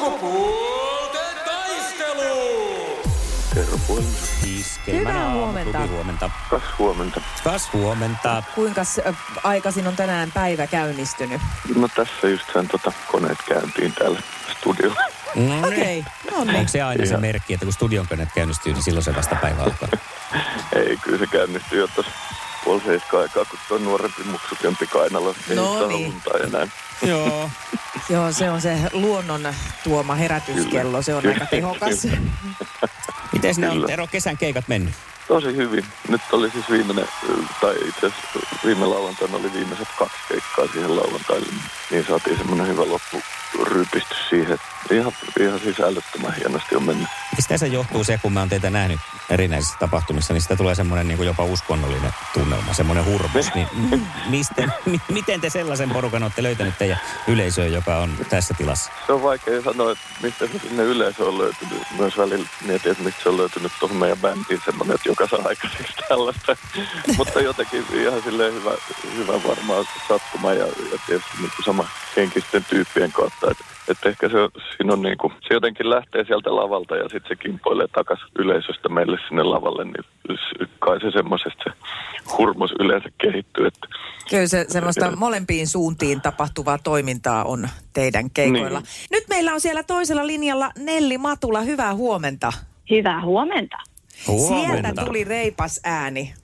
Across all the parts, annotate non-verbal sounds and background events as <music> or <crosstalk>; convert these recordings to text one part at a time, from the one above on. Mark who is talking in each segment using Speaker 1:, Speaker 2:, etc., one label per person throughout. Speaker 1: Sukupuolten taistelu!
Speaker 2: Tervoin.
Speaker 3: Hyvää huomenta.
Speaker 4: huomenta.
Speaker 2: Kas huomenta.
Speaker 4: Kas huomenta.
Speaker 3: Kuinka aikaisin on tänään päivä käynnistynyt?
Speaker 2: No tässä just sain tota koneet käyntiin täällä studiolla. <laughs>
Speaker 4: Mm.
Speaker 3: Okei, okay. no niin.
Speaker 4: Onko se aina se
Speaker 2: Joo.
Speaker 4: merkki, että kun studion koneet käynnistyy, niin silloin se vasta päivä alkaa?
Speaker 2: Ei, kyllä se käynnistyi jo tuossa puoli seiskaa aikaa, kun tuo nuorempi muksukempi kainalla. Ei
Speaker 3: No
Speaker 2: sitä
Speaker 3: niin.
Speaker 2: luntaa ja näin.
Speaker 4: Joo.
Speaker 3: Joo, se on se luonnon tuoma herätyskello, se on
Speaker 2: Kyllä.
Speaker 3: aika tehokas.
Speaker 2: Kyllä.
Speaker 4: Miten ne on
Speaker 2: Kyllä.
Speaker 4: Tero kesän keikat mennyt?
Speaker 2: Tosi hyvin. Nyt oli siis viimeinen, tai itse asiassa viime lauantaina oli viimeiset kaksi keikkaa siihen lauantaille. Niin saatiin semmoinen hyvä loppurypistys siihen. Ihan, ihan siis älyttömän hienosti on mennyt.
Speaker 4: Mistä se johtuu se, kun mä oon teitä nähnyt erinäisissä tapahtumissa, niin sitä tulee semmoinen niin jopa uskonnollinen tunnelma, semmoinen hurmos. Niin, m- mistä, m- miten te sellaisen porukan olette löytänyt teidän yleisöön, joka on tässä tilassa?
Speaker 2: Se on vaikea sanoa, että mistä se sinne yleisö on löytynyt. Myös välillä mietin, että mistä se on löytynyt tuohon meidän bändiin semmoinen, että joka saa aikaiseksi tällaista. <laughs> Mutta jotenkin ihan silleen hyvä, hyvä varmaan sattuma ja, ja tietysti niin kuin sama henkisten tyyppien kautta. Että et ehkä se, on- siinä on niin kuin, se jotenkin lähtee sieltä lavalta ja sitten se kimpoilee takaisin yleisöstä meille sinne lavalle, niin s- kai se semmoisesta se hurmos yleensä kehittyy. Että
Speaker 3: Kyllä se semmoista molempiin suuntiin tapahtuvaa toimintaa on teidän keikoilla.
Speaker 2: Niin.
Speaker 3: Nyt meillä on siellä toisella linjalla Nelli Matula, hyvää huomenta.
Speaker 5: Hyvää huomenta.
Speaker 3: Sieltä tuli reipas ääni.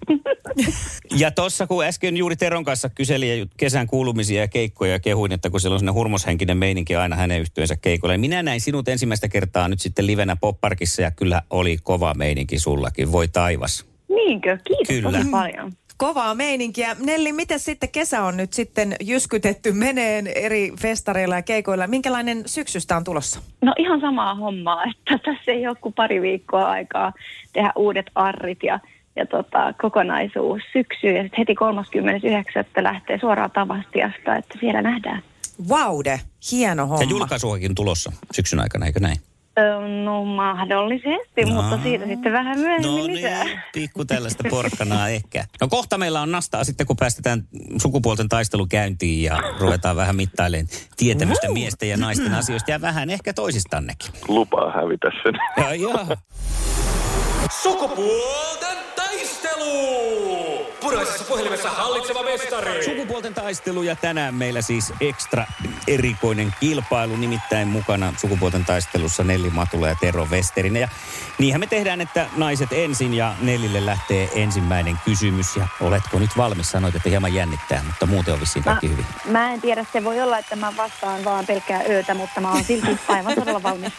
Speaker 4: Ja tuossa kun äsken juuri Teron kanssa kyseli ja kesän kuulumisia ja keikkoja ja kehuin, että kun siellä on sellainen hurmoshenkinen meininki aina hänen yhtyönsä keikolla. Ja minä näin sinut ensimmäistä kertaa nyt sitten livenä popparkissa ja kyllä oli kova meininki sullakin. Voi taivas.
Speaker 5: Niinkö? Kiitos
Speaker 4: Kyllä.
Speaker 5: tosi paljon.
Speaker 3: Kovaa meininkiä. Nelli, miten sitten kesä on nyt sitten jyskytetty meneen eri festareilla ja keikoilla? Minkälainen syksystä on tulossa?
Speaker 5: No ihan samaa hommaa, <laughs> että tässä ei ole kuin pari viikkoa aikaa tehdä uudet arrit ja, ja tota, kokonaisuus syksyy. Ja sitten heti 39. lähtee suoraan Tavastiasta, että siellä nähdään.
Speaker 3: Vaude, hieno homma.
Speaker 4: Ja julkaisuakin tulossa syksyn aikana, eikö näin?
Speaker 5: Ö, No mahdollisesti,
Speaker 4: No.
Speaker 5: no. mutta siitä sitten vähän myöhemmin
Speaker 4: No
Speaker 5: lisää.
Speaker 4: niin, pikku tällaista porkkanaa ehkä. No kohta meillä on nastaa sitten, kun päästetään sukupuolten taistelu käyntiin ja ruvetaan vähän mittailemaan tietämystä miesten ja naisten asioista ja vähän ehkä toisistannekin.
Speaker 2: lupaa hävitä sen. <laughs>
Speaker 4: Joo, joo.
Speaker 1: Sukupuolten taistelu! Punaisessa puhelimessa hallitseva mestari!
Speaker 4: Sukupuolten taistelu ja tänään meillä siis ekstra erikoinen kilpailu, nimittäin mukana sukupuolten taistelussa Nelli Matula ja Tero Westerinen. Ja niinhän me tehdään, että naiset ensin ja Nellille lähtee ensimmäinen kysymys. Ja oletko nyt valmis? Sanoit, että hieman jännittää, mutta muuten on vissiin
Speaker 5: Ah.
Speaker 4: kaikki hyvin.
Speaker 5: Mä en tiedä, se voi olla, että mä vastaan vaan pelkkää öötä, mutta mä oon silti aivan todella valmis.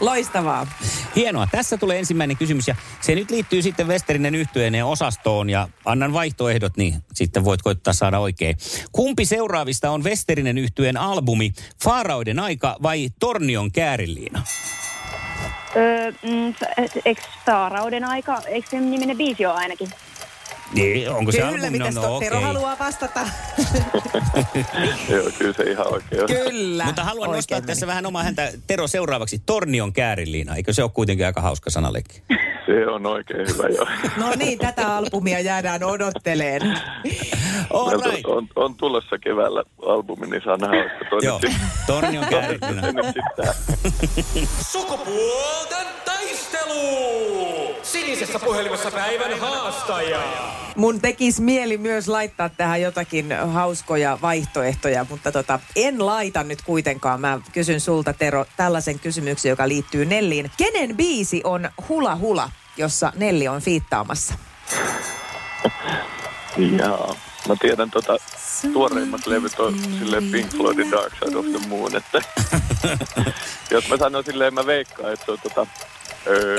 Speaker 3: Loistavaa.
Speaker 4: Hienoa. Tässä tulee ensimmäinen kysymys ja se nyt liittyy sitten Westerinen yhtyeeneen osastoon ja annan vaihtoehdot, niin sitten voit koittaa saada oikein. Kumpi seuraavista on Westerinen yhtyeen albumi Faarauden aika vai Tornion käärilliina?
Speaker 5: Öö, mm, eikö Saarauden aika, eikö sen niminen biisi ole ainakin?
Speaker 4: Niin, onko se
Speaker 3: Kyllä,
Speaker 4: albumi?
Speaker 3: mitä
Speaker 4: no,
Speaker 3: no,
Speaker 4: okei.
Speaker 3: Tero haluaa
Speaker 4: <laughs>
Speaker 3: vastata.
Speaker 2: Joo, kyllä se ihan oikein on.
Speaker 3: Kyllä.
Speaker 4: Mutta haluan
Speaker 3: Oikein
Speaker 4: nostaa
Speaker 3: meni.
Speaker 4: tässä vähän omaa häntä Tero seuraavaksi. Tornion käärilliina. Eikö se ole kuitenkin aika hauska sanallekin?
Speaker 2: Se on oikein hyvä, joo.
Speaker 3: No niin, tätä albumia jäädään odotteleen.
Speaker 4: No, All
Speaker 2: Meillä
Speaker 4: right.
Speaker 2: on, on tulossa keväällä albumi, niin saa nähdä, olisiko toi
Speaker 4: Joo,
Speaker 2: nyt sit-
Speaker 4: Tornion käärilliina.
Speaker 2: se nyt sitten.
Speaker 1: Sukupuolten taistelu! Sinisessä puhelimessa päivän haastaja!
Speaker 3: Mun tekisi mieli myös laittaa tähän jotakin hauskoja vaihtoehtoja, mutta tota, en laita nyt kuitenkaan. Mä kysyn sulta, Tero, tällaisen kysymyksen, joka liittyy Nelliin. Kenen biisi on Hula Hula, jossa Nelli on fiittaamassa?
Speaker 2: Jaa. Mä tiedän tota, tuoreimmat levyt on silleen Pink Floydin Dark Side of the Moon,
Speaker 4: <laughs>
Speaker 2: että jos mä sanon silleen, mä veikkaan, että se on tota,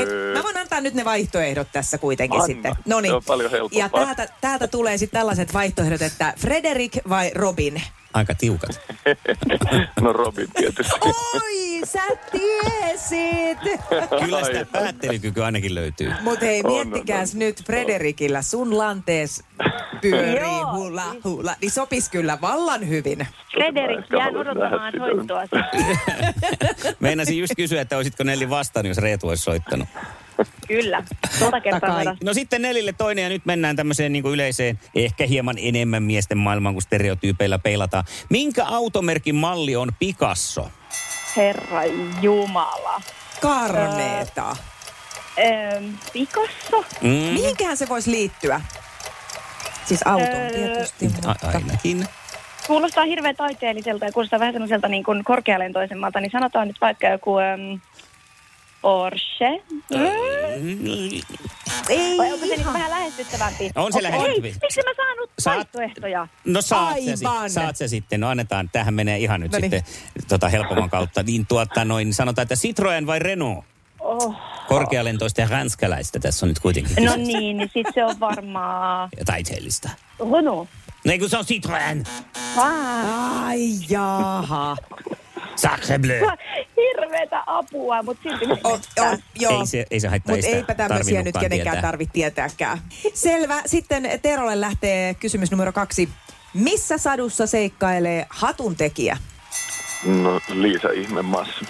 Speaker 3: Et
Speaker 2: öö,
Speaker 3: mä voin antaa nyt ne vaihtoehdot tässä kuitenkin
Speaker 2: Anna.
Speaker 3: sitten. No niin.
Speaker 2: Se on paljon helpompaa.
Speaker 3: Ja täältä, täältä tulee sitten tällaiset vaihtoehdot, että Frederik vai Robin?
Speaker 4: Aika tiukat.
Speaker 2: no Robin tietysti.
Speaker 4: Oh!
Speaker 3: Oi, sä tiesit!
Speaker 2: <laughs>
Speaker 4: Kyllä sitä
Speaker 2: Ai.
Speaker 4: päättelykyky ainakin löytyy.
Speaker 3: Mutta hei,
Speaker 2: On,
Speaker 3: miettikääs
Speaker 2: on,
Speaker 3: nyt Frederikillä, sun lantees pyörii
Speaker 5: Joo.
Speaker 3: hula hula, niin sopis kyllä vallan hyvin.
Speaker 5: Frederik,
Speaker 2: Mä
Speaker 5: jään
Speaker 2: haluaisin
Speaker 5: odottamaan
Speaker 2: nähdä sitä.
Speaker 5: soittoa.
Speaker 4: Meinasin just kysyä, että olisitko Nelli vastannut, jos Reetu olisi soittanut.
Speaker 5: Kyllä, sata kertaa
Speaker 3: kai.
Speaker 5: sadas.
Speaker 4: No sitten Nelille toinen ja nyt mennään tämmöiseen niin kuin yleiseen, ehkä hieman enemmän miesten maailmaan kuin stereotyypeillä peilataan. Minkä automerkin malli on Picasso?
Speaker 5: Herra Jumala.
Speaker 3: Karneeta.
Speaker 5: Ähm, Picasso?
Speaker 4: Mm.
Speaker 3: Mihinkähän se voisi liittyä? Siis autoon
Speaker 5: Öö,
Speaker 3: tietysti, mutta...
Speaker 4: A- ainakin.
Speaker 5: Kuulostaa hirveän taiteelliselta ja kuulostaa vähän semmoiselta niin kuin korkealentoisemmalta, niin sanotaan nyt vaikka joku äm, Porsche.
Speaker 4: Mm.
Speaker 3: Ei
Speaker 5: Vai onko se niin
Speaker 3: ihan.
Speaker 5: vähän lähestyttävämpi?
Speaker 4: On se
Speaker 5: Okei.
Speaker 4: lähestyttävämpi.
Speaker 5: Ei, Miksi mä saanut
Speaker 4: Saat-
Speaker 5: vaihtoehtoja?
Speaker 4: No saat se, sit,
Speaker 3: Aivan.
Speaker 4: saat se sitten. No annetaan, tähän menee ihan nyt
Speaker 3: No niin.
Speaker 4: sitten tota, helpomman kautta. Niin tuota noin, sanotaan, että Citroen vai Renault?
Speaker 5: Oh.
Speaker 4: Korkealentoista ja ranskalaista tässä on nyt kuitenkin.
Speaker 5: No
Speaker 4: kyse.
Speaker 5: niin, niin sit se on varmaan...
Speaker 4: Ja taiteellista.
Speaker 5: Renault.
Speaker 4: No ei kun se on Citroen,
Speaker 5: Ah.
Speaker 3: Ai jaha.
Speaker 4: Sacre bleu.
Speaker 5: Hirveetä apua, mutta silti...
Speaker 3: O, o, joo.
Speaker 4: Ei se- ei se haittaa, ei
Speaker 3: Mutta
Speaker 4: sitä
Speaker 3: eipä tämmöisiä nyt
Speaker 4: tarvinnutkaan
Speaker 3: kenenkään
Speaker 4: tietää.
Speaker 3: tarvitse tietääkään. Selvä. Sitten Terolle lähtee kysymys numero kaksi. Missä sadussa seikkailee hatuntekijä?
Speaker 2: No, Liisa ihme massi.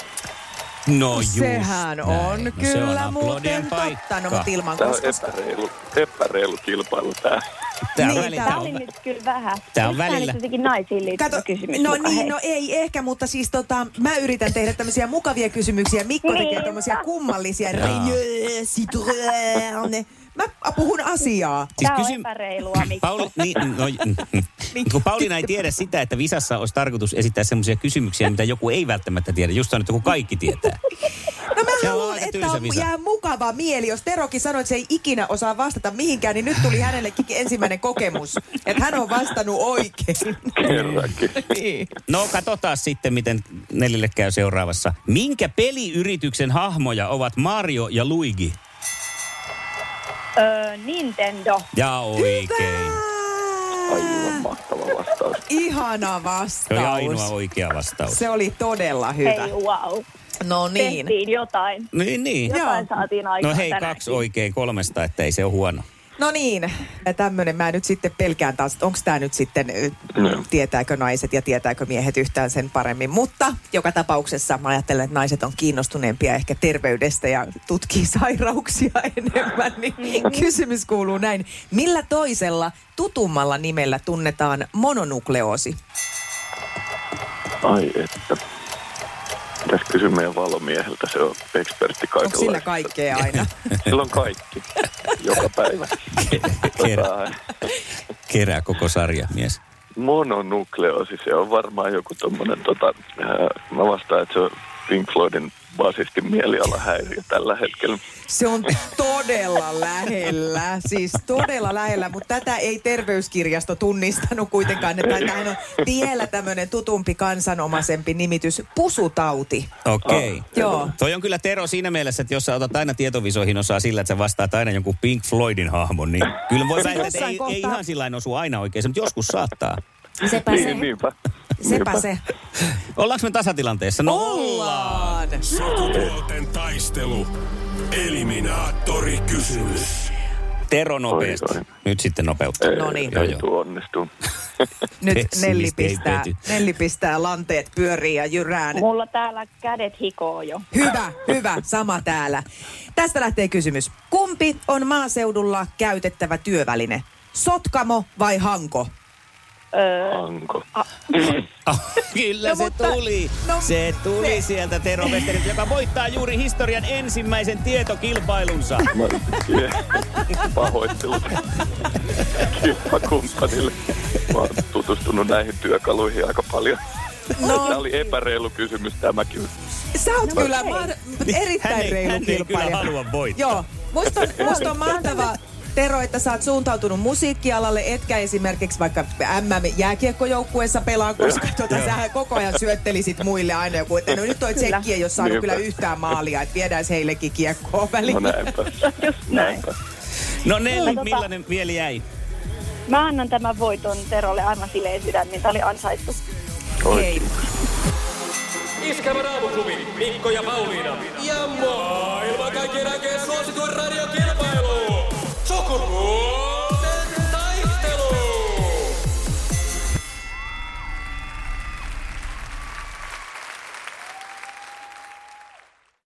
Speaker 4: No just
Speaker 3: Sehän
Speaker 4: näin.
Speaker 3: on
Speaker 4: No, se on
Speaker 3: kyllä
Speaker 4: aplodien
Speaker 3: muuten
Speaker 4: paikka.
Speaker 3: totta. No, mutta ilman
Speaker 2: Tämä on
Speaker 3: koska...
Speaker 2: epäreilu, epäreilu kilpailu tämä.
Speaker 4: Tää
Speaker 3: Niin,
Speaker 4: on välillä-
Speaker 5: Tämä oli nyt kyllä vähän.
Speaker 4: Tää on
Speaker 5: Oliko tää
Speaker 4: välillä.
Speaker 5: nyt jotenkin naisiin liittyvä
Speaker 3: Kato,
Speaker 5: kysymys.
Speaker 3: no
Speaker 5: muka?
Speaker 3: niin,
Speaker 5: Hei.
Speaker 3: no ei ehkä, mutta siis tota, mä yritän tehdä tämmöisiä mukavia kysymyksiä. Mikko tekee
Speaker 5: Niin.
Speaker 3: tämmöisiä kummallisia. Renault, Citroën. Mä puhun asiaa.
Speaker 5: Tää on epäreilua, Mikko.
Speaker 4: Siis Pauli, niin,
Speaker 5: <laughs>
Speaker 4: no, mm, mm. kun Pauliina ei tiedä sitä, että visassa olisi tarkoitus esittää semmoisia kysymyksiä, mitä joku ei välttämättä tiedä. Just on, että kun kaikki
Speaker 5: <laughs>
Speaker 4: tietää.
Speaker 3: No mä
Speaker 4: Se on
Speaker 3: haluan,
Speaker 4: aika
Speaker 3: että
Speaker 4: tylsä
Speaker 3: on,
Speaker 4: visa.
Speaker 3: jää mukava mieli. Jos Terokin sanoi, että se ei ikinä osaa vastata mihinkään, niin nyt tuli hänellekin ensimmäinen kokemus, että hän on vastannut oikein.
Speaker 2: Kerrankin.
Speaker 3: Niin.
Speaker 4: No katsotaan sitten, miten Nelille käy seuraavassa. Minkä peliyrityksen hahmoja ovat Mario ja Luigi?
Speaker 5: Öö, Nintendo.
Speaker 4: Ja oikein.
Speaker 2: Aivan mahtava vastaus.
Speaker 3: Ihana
Speaker 4: Se oli ainoa
Speaker 3: vastaus.
Speaker 4: oikea vastaus.
Speaker 3: Se oli todella hyvä.
Speaker 5: Hei, wow.
Speaker 3: No niin.
Speaker 5: Tehtiin jotain.
Speaker 4: Niin, niin.
Speaker 5: Jotain
Speaker 3: Joo.
Speaker 5: saatiin aikaan
Speaker 4: No hei,
Speaker 5: tänäänkin.
Speaker 4: kaksi oikein kolmesta, että ei se ole huono.
Speaker 3: No niin, tämmöinen mä nyt sitten pelkään taas, onko tämä nyt sitten, ö,
Speaker 2: No.
Speaker 3: tietääkö naiset ja tietääkö miehet yhtään sen paremmin. Mutta joka tapauksessa mä ajattelen, että naiset on kiinnostuneempia ehkä terveydestä ja tutkii sairauksia <laughs> enemmän. Niin kysymys kuuluu näin, millä toisella tutummalla nimellä tunnetaan mononukleoosi?
Speaker 2: Ai että. Pitäisi kysyä meidän valomieheltä, se on ekspertti
Speaker 3: Onko
Speaker 2: kaikenlaista.
Speaker 3: sillä kaikkea aina?
Speaker 2: Sillä on kaikki, joka päivä.
Speaker 4: Kerää,
Speaker 2: Tota,
Speaker 4: kerää koko sarja, mies.
Speaker 2: mononukleosi, se on varmaan joku tommonen, tota, ää, mä vastaan, että se on Pink Floydin basistin mielialahäiriö tällä hetkellä.
Speaker 3: Se on todella lähellä, siis todella lähellä, mutta tätä ei terveyskirjasto tunnistanut kuitenkaan. Että tämähän on vielä tämmöinen tutumpi kansanomaisempi nimitys, pusutauti.
Speaker 4: Okei.
Speaker 3: Joo.
Speaker 4: Ah. Toi on kyllä Tero siinä mielessä, että jos sä otat aina tietovisoihin osaa sillä, että sä vastaat aina jonkun Pink Floydin hahmon, niin kyllä voi
Speaker 3: Se
Speaker 4: väittää, että
Speaker 3: jossain
Speaker 4: ei,
Speaker 3: kohtaa-
Speaker 4: ei ihan sillä lailla osu aina oikein, mutta joskus saattaa.
Speaker 3: Sepä se.
Speaker 2: Niin, niinpä.
Speaker 3: Sepä se.
Speaker 4: Ollaanko me tasatilanteessa? No
Speaker 3: Ollaan.
Speaker 6: Sukupuolten taistelu. Eliminaattori kysymys.
Speaker 4: Tero nopeasti.
Speaker 2: Oi, oi.
Speaker 4: Nyt sitten nopeutta.
Speaker 3: No niin.
Speaker 4: Joo,
Speaker 2: Joo,
Speaker 4: joo.
Speaker 2: joo. onnistuu.
Speaker 3: Nyt
Speaker 4: Pessimisti
Speaker 3: Nelli
Speaker 4: ei
Speaker 3: pistää,
Speaker 4: pety.
Speaker 3: Nelli pistää lanteet pyöriin ja jyrään.
Speaker 5: Mulla täällä kädet hikoo jo.
Speaker 3: Hyvä, hyvä, sama täällä. Tästä lähtee kysymys. Kumpi on maaseudulla käytettävä työväline? Sotkamo vai hanko?
Speaker 5: Öö,
Speaker 2: Anko.
Speaker 4: <laughs> Kyllä
Speaker 3: No
Speaker 4: se
Speaker 3: mutta-
Speaker 4: tuli.
Speaker 3: no
Speaker 4: se tuli
Speaker 3: se-
Speaker 4: sieltä Tero Westerin, joka voittaa juuri historian ensimmäisen tietokilpailunsa.
Speaker 2: Mä pahoittelut kilpakumppanille. Mä oon tutustunut näihin työkaluihin aika paljon.
Speaker 3: No.
Speaker 2: Tämä oli epäreilu kysymys tämäkin.
Speaker 3: Sä oot no, kyllä
Speaker 5: hei.
Speaker 3: mar- erittäin
Speaker 4: Niin, Hän ei-
Speaker 3: reilu
Speaker 4: hän ei
Speaker 3: kilpailija.
Speaker 4: kyllä halua voittaa.
Speaker 3: Joo. Musta on, musta on mahtavaa, Tero, että sä oot suuntautunut musiikkialalle, etkä esimerkiksi vaikka MM-jääkiekkojoukkueessa pelaa, koska tota, sähän koko ajan syöttelisit muille aina joku, että no nyt toi
Speaker 5: Kyllä.
Speaker 3: tsekki ei ole saanut
Speaker 2: Niinpä.
Speaker 3: kyllä yhtään maalia, että viedään heillekin kiekkoa väliin.
Speaker 2: No näinpä.
Speaker 5: just näin.
Speaker 2: Näinpä.
Speaker 4: No Nelli,
Speaker 5: Tota-
Speaker 4: millainen vielä jäi?
Speaker 5: Mä annan tämän voiton Terolle aivan sileen sydämiin. Tämä oli ansaittu.
Speaker 3: Hei.
Speaker 1: Iskävä raamuklubi Mikko ja Pauliina. Ja maailman